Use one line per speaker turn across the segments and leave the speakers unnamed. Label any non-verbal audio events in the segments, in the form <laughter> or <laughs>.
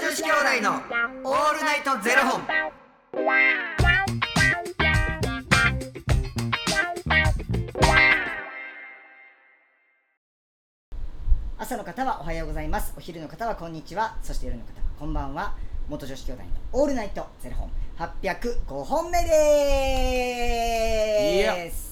子兄弟のオールナイトゼロ本。
朝の方はおはようございますお昼の方はこんにちはそして夜の方はこんばんは元女子兄弟のオールナイトゼロ本805本目です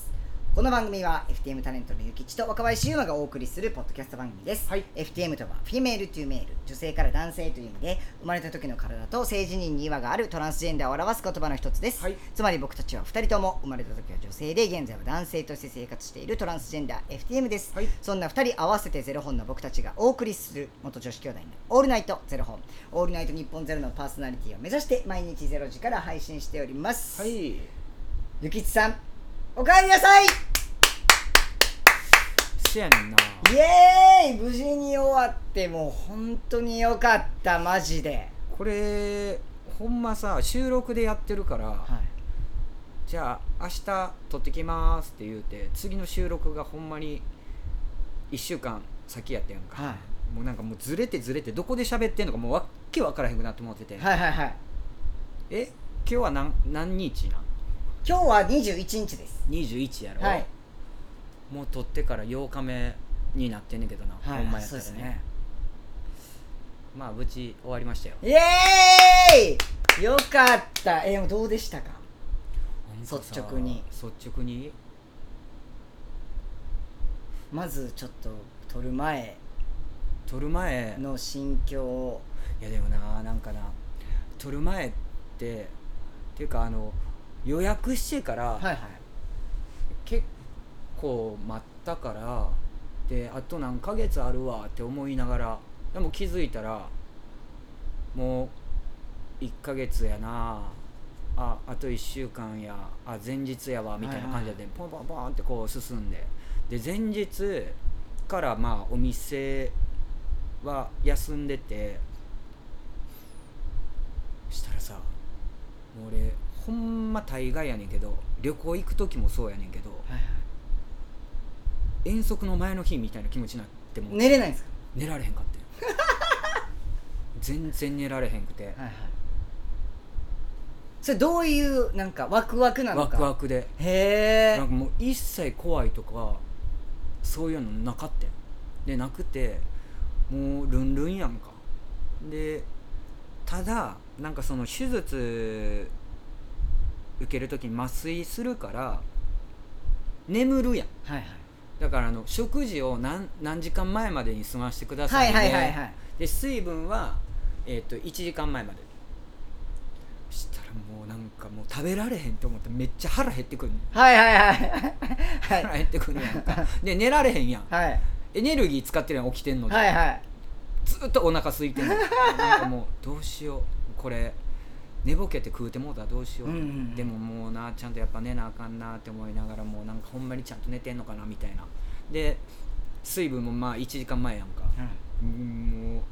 この番組は FTM タレントのゆきちと若林優馬がお送りするポッドキャスト番組です、
はい
FTM とはフィメールというメール女性から男性という意味で生まれた時の体と性自認に違和があるトランスジェンダーを表す言葉の一つです、
はい
つまり僕たちは2人とも生まれた時は女性で現在は男性として生活しているトランスジェンダー FTM です、
はい
そんな2人合わせてゼロ本の僕たちがお送りする元女子兄弟のオールナイトゼロ本オールナイト日本ゼロのパーソナリティを目指して毎日ゼロ時から配信しております、
はい。
ゆきちさんおかえりなさい
せやねんな。
イエーイ無事に終わってもう本当によかったマジで
これ、ほんまさ、収録でやってるから、
はい
じゃあ明日撮ってきますって言うて、次の収録がほんまに1週間先やったやんか。
は
もうなんかもうずれてずれてどこで喋ってんのかもうわっけわからへんくなって思ってて、
いはいはいはい
え今日は何何日なん
今日は21日です
?21 やろ、
はい
もう撮ってから8日目になってんねんけどな、
はい
ほんまやった
そう
ら
です
ね
ね
まあ無事終わりましたよ
イエーイよかったえでもどうでしたか
なんかさ
率直に
率直に
まずちょっと撮る前
撮る前
の心境を
いやでもななんかな撮る前ってっていうかあの予約してから、
はいはい
結構待ったからであと何ヶ月あるわって思いながらでも気づいたらもう1ヶ月やなああと1週間やあ前日やわみたいな感じでポンポンポンってこう進んでで前日からまあお店は休んでてしたらさもう俺ほんま大概やねんけど旅行行く時もそうやねんけど
はいはい
遠足の前の日みたいな気持ちになっても
寝れないんですか
寝られへん
<laughs>
かってん全然寝られへんくて、
はいはいそれどういうなんかワクワクなの
ワ
か
クワクで
へえ
なんかもう一切怖いとかそういうのなかったよでなくてもうルンルンやんかでただなんかその手術受ける時に麻酔するから眠るやん
はいはい
だからあの食事を何何時間前までに済ませてくださ
はい
ね、
いはいはいはい
で水分は、えー、と1時間前までしたらもうなんかもう食べられへんと思ってめっちゃ腹減ってくるねん
はいはいはい
腹減ってくるやんか
<laughs>
で寝られへんやん
はいはい
エネルギー使ってるやん起きてんのに、
はいはい
ずーっとお腹空いてんのなんかもうどうしようこれ寝ぼけて食うてもうたらどうしよう、
うんうんうん
でももうなちゃんとやっぱ寝なあかんなって思いながらもうなんかほんまにちゃんと寝てんのかなみたいなで水分もまあ1時間前やんか、うんもう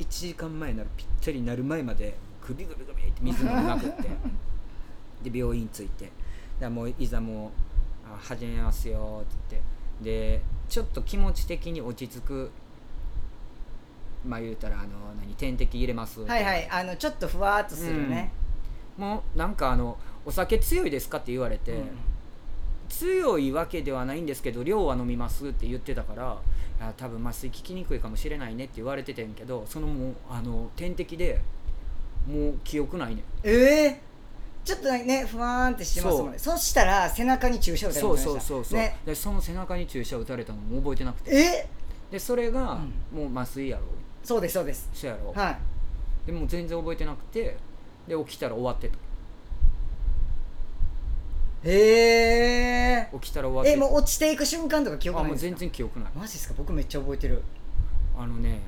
1時間前ならぴったりなる前まで首ぐるぐるって水飲みまくって
<laughs>
で病院着いてだもういざもう「あ始めますよ」って言ってでちょっと気持ち的に落ち着くまあ言うたらあの何点滴入れます
はいはいあのちょっとふわーっとするね
もうなんかあの「お酒強いですか?」って言われて、
うん
強いわけではないんですけど量は飲みますって言ってたからあ多分麻酔効きにくいかもしれないねって言われててんけどそのもうあの点滴でもう記憶ないねん
ええちょっとねふわーんってしてますもんねそしたら背中に注射打たれて
そ
ま
う
した
そうそうそう、
ね
でその背中に注射打たれたのも覚えてなくて
え
でそれがもう麻酔やろ
そうですそうです
そうやろ、
はい
でもう全然覚えてなくてで起きたら終わってた
へえ
起きたら終わって
えもう落ちていく瞬間とか記憶
あ
ない
も
んで
う
すか
全然記憶ない
マジですか僕めっちゃ覚えてる
あのね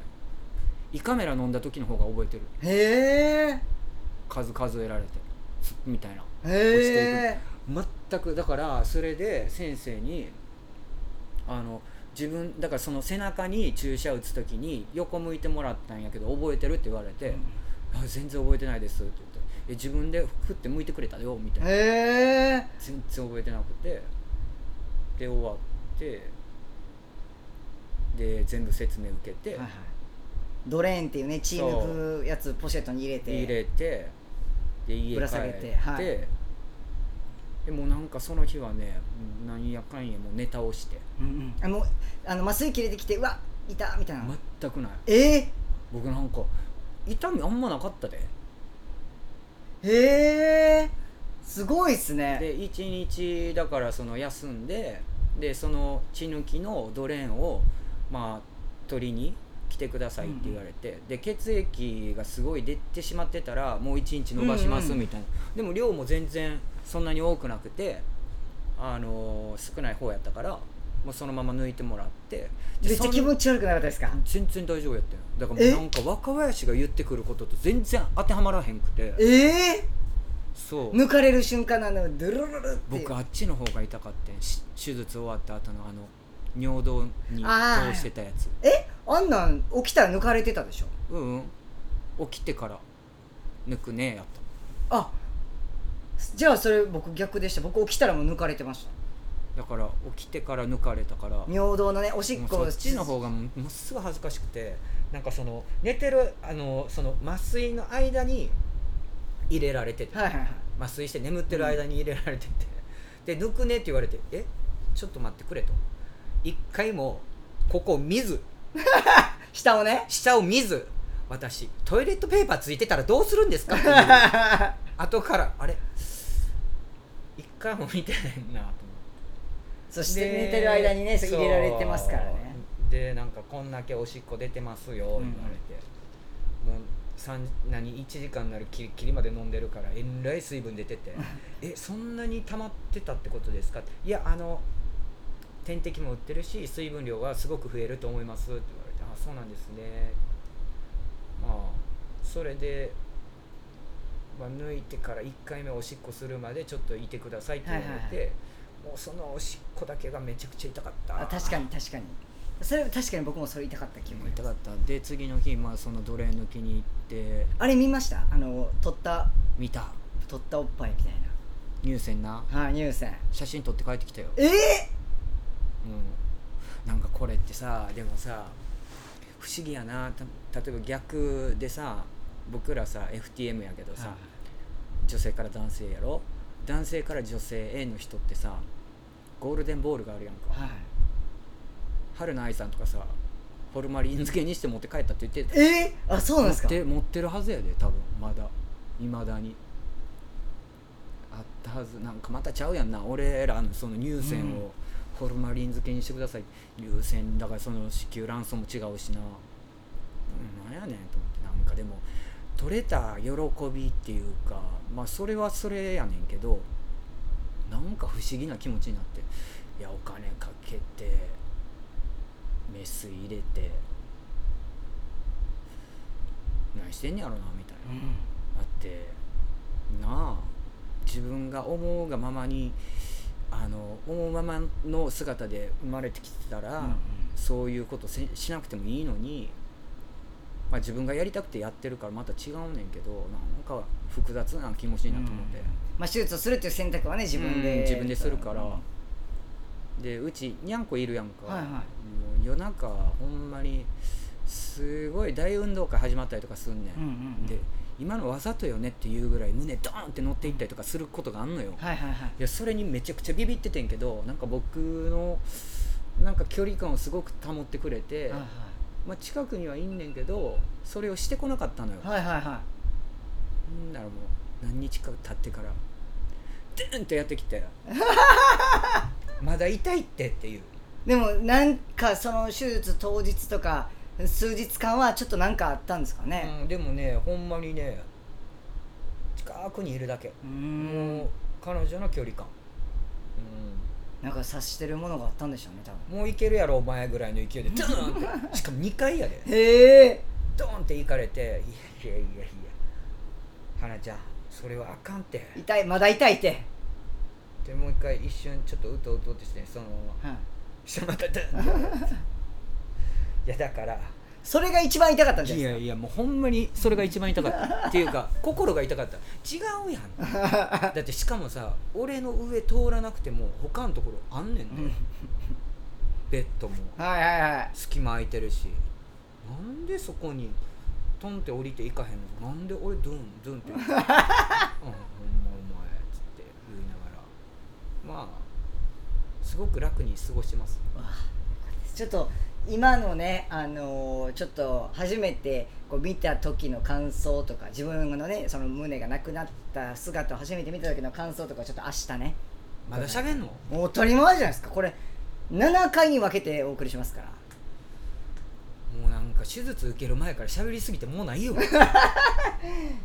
胃カメラ飲んだ時の方が覚えてる
へ
数数えられてすみたいな
えへえ
全くだからそれで先生にあの自分だからその背中に注射打つ時に横向いてもらったんやけど覚えてるって言われて「あ全然覚えてないです」って言ってえ「自分で振って向いてくれたよ」みたいな
へえ
全然覚えてなくてで終わってで全部説明受けて、
はいはいドレーンっていうね血抜くやつポシェットに入れて
入れてで
ぶ
家帰
ら
っ
下げ
て
てはい
でもうなんかその日はねなんやかんやもうネタをして
うんうんあもうあの麻酔切れてきてうわいたみたいな、
全くない
え
僕なんか痛みあんまなかったで
ー、えー、すごいっすね
で1日だからその休んででその血抜きのドレーンをまあ取りに来てくださいって言われて、で血液がすごい出てしまってたらもう1日伸ばしますみたいな、でも量も全然そんなに多くなくてあのー少ない方やったからもうそのまま抜いてもらってで
めっち
そ
ゃ
の
気持ち悪くなかったですか
全然大丈夫やったよだからもうなんか若林が言ってくることと全然当てはまらへんくて
ええ
そう
抜かれる瞬間なのドゥルルルっていう
僕あっちの方が痛かったんし手術終わった後のあの尿道に
あー
通してたやつ
えあんなん起きたら抜かれてたでしょ
うんうん起きてから抜くねやった
あじゃあそれ僕逆でした僕起きたらもう抜かれてました
だから起きてから抜かれたからもう
尿道のねおしっこ
そっちの方がもうものすごい恥ずかしくてなんかその寝てるあのその麻酔の間に入れられてて
はいはいはい
麻酔して眠ってる間に入れられてて、で抜くねって言われてえちょっと待ってくれと一回もここ見ず
下を
<laughs>
ね
下を見ず私トイレットペーパーついてたらどうするんですかっていう
<laughs>
後からあれ一回も見てないなと思って
そして寝てる間にねそれ入れられてますからね
そうでなんかこんだけおしっこ出てますよ言われて、もう三何1時間になるきりきりまで飲んでるからえらい水分出
<laughs>
ててえそんなに溜まってたってことですかっていやあの点滴も売ってるし水分量はすごく増えると思いますって言われてあそうなんですねまあそれで、まあ、抜いてから1回目おしっこするまでちょっといてくださいって言われて、
はいはい
もうそのおしっこだけがめちゃくちゃ痛かった
あ確かに確かにそれ確かに僕もそれ痛かった気分
痛かったで次の日、まあ、その奴隷抜きに行って
あれ見ましたあの取った
見た
取ったおっぱいみたい
入選な
なはい乳腺
写真撮って帰ってきたよ
ええ
うん、なんかこれってさでもさ不思議やなた例えば逆でさ僕らさ FTM やけどさ、女性から男性やろ男性から女性への人ってさゴールデンボールがあるやんか、
はい
春菜愛さんとかさフォルマリン漬けにして持って帰ったって言ってた
えー、あそうなんですか
持って持ってるはずやで多分まだいまだにあったはずなんかまたちゃうやんな俺らのその乳腺
うん
をホルマリン漬けにしてください、乳腺だからその子宮卵巣も違うしなうんなんやねんと思ってなんかでも取れた喜びっていうかまあそれはそれやねんけどなんか不思議な気持ちになっていやお金かけてメス入れて何してんねやろなみたいな
うん
あってなあ自分が思うがままにあの思うままの姿で生まれてきてたら、
うんうん
そういうことせしなくてもいいのに、まあ、自分がやりたくてやってるからまた違うねんけどなんか複雑な気持ちになって思って、
うんまあ、手術をするっていう選択はね自分で、
うん自分でするから、
うん
でうちにゃんこいるやんか、
はいはい
もう夜中ほんまにすごい大運動会始まったりとかすんねん,、
うんうんうん
で今のわざとよねっていうぐらい胸ドーンって乗っていったりとかすることがあんのよ、
はいはいはい
いやそれにめちゃくちゃビビっててんけどなんか僕のなんか距離感をすごく保ってくれて、
はい
まあ、近くにはいんねんけどそれをしてこなかったのよ、
はいはいはいは
んならもう何日か経ってからドゥンとやって
<laughs>
きてまだ痛いってっていう
いでもなんかその手術当日とか数日間はちょっとなんかあったんですかね
うん、でもねほんまにね近くにいるだけ、
うー
も
ん
う彼女の距離感、
なんか察してるものがあったんでしょうね多分
うん、もういけるやろお前ぐらいの
<laughs>
勢いでドーンってしかも2回やで
へえ
ドーンって行かれていやいやいやいや花ちゃんそれはあかんって
痛いまだ痛いって、
でもう一回一瞬ちょっとうとうとってしてそのまま
はい
そしたらまたドーンって <laughs> いやだから
それが一番痛かったんじゃ
い
ないで
やいやもうほんまにそれが一番痛かった <laughs> っていうか心が痛かった違うやん
すか
だってしかもさ俺の上通らなくても他のところあんねんね、ベッドも
はいはいはい
隙間空いてるしなんでそこにトンって降りていかへんのなんで俺ドゥンドゥ <laughs> ンってうんほんまお前つって言いながらまあすごく楽に過ごしてます
ちょっと今のね、あのーちょっと初めてこう見た時の感想とか自分のねその胸がなくなった姿を初めて見た時の感想とかちょっと明日ね
まだ喋んの
もう当たり前じゃないですかこれ7回に分けてお送りしますから
もうなんか手術受ける前から喋りすぎてもうないよ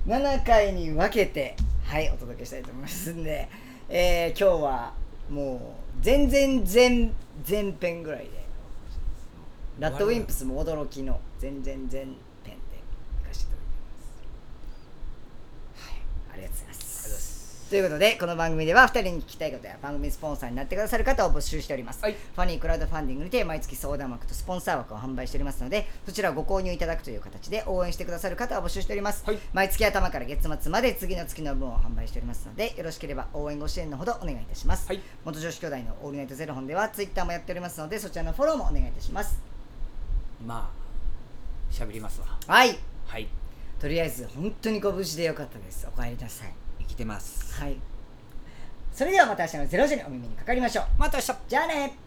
7回に分けてはいお届けしたいと思いますんで、えー今日はもう全然全前編ぐらいでラッドウィンプスも驚きの全然前編でいかせていただきます、はい、ありがとうございますということでこの番組では2人に聞きたいことや番組スポンサーになってくださる方を募集しております、
はい
ファニークラウドファンディングにて毎月相談枠とスポンサー枠を販売しておりますのでそちらをご購入いただくという形で応援してくださる方を募集しております、
はい
毎月頭から月末まで次の月の分を販売しておりますのでよろしければ応援ご支援のほどお願いいたします、
はい
元女子兄弟のオールナイトゼロ本ではツイッターもやっておりますのでそちらのフォローもお願いいたします
まあ喋りますわ
はい
はい
とりあえず本当にご無事でよかったですお帰りなさい
生きてます
はいそれではまた明日の0時にお耳にかかりましょう
また明日
じゃあね